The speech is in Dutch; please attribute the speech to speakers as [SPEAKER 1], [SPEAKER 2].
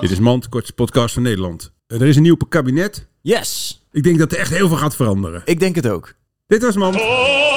[SPEAKER 1] Dit is Mand, kortste podcast van Nederland. Eh, Er is een nieuw kabinet.
[SPEAKER 2] Yes,
[SPEAKER 1] Ik denk dat er echt heel veel gaat veranderen.
[SPEAKER 2] ik denk het ook.
[SPEAKER 1] Dit was Mand.
[SPEAKER 3] Oh!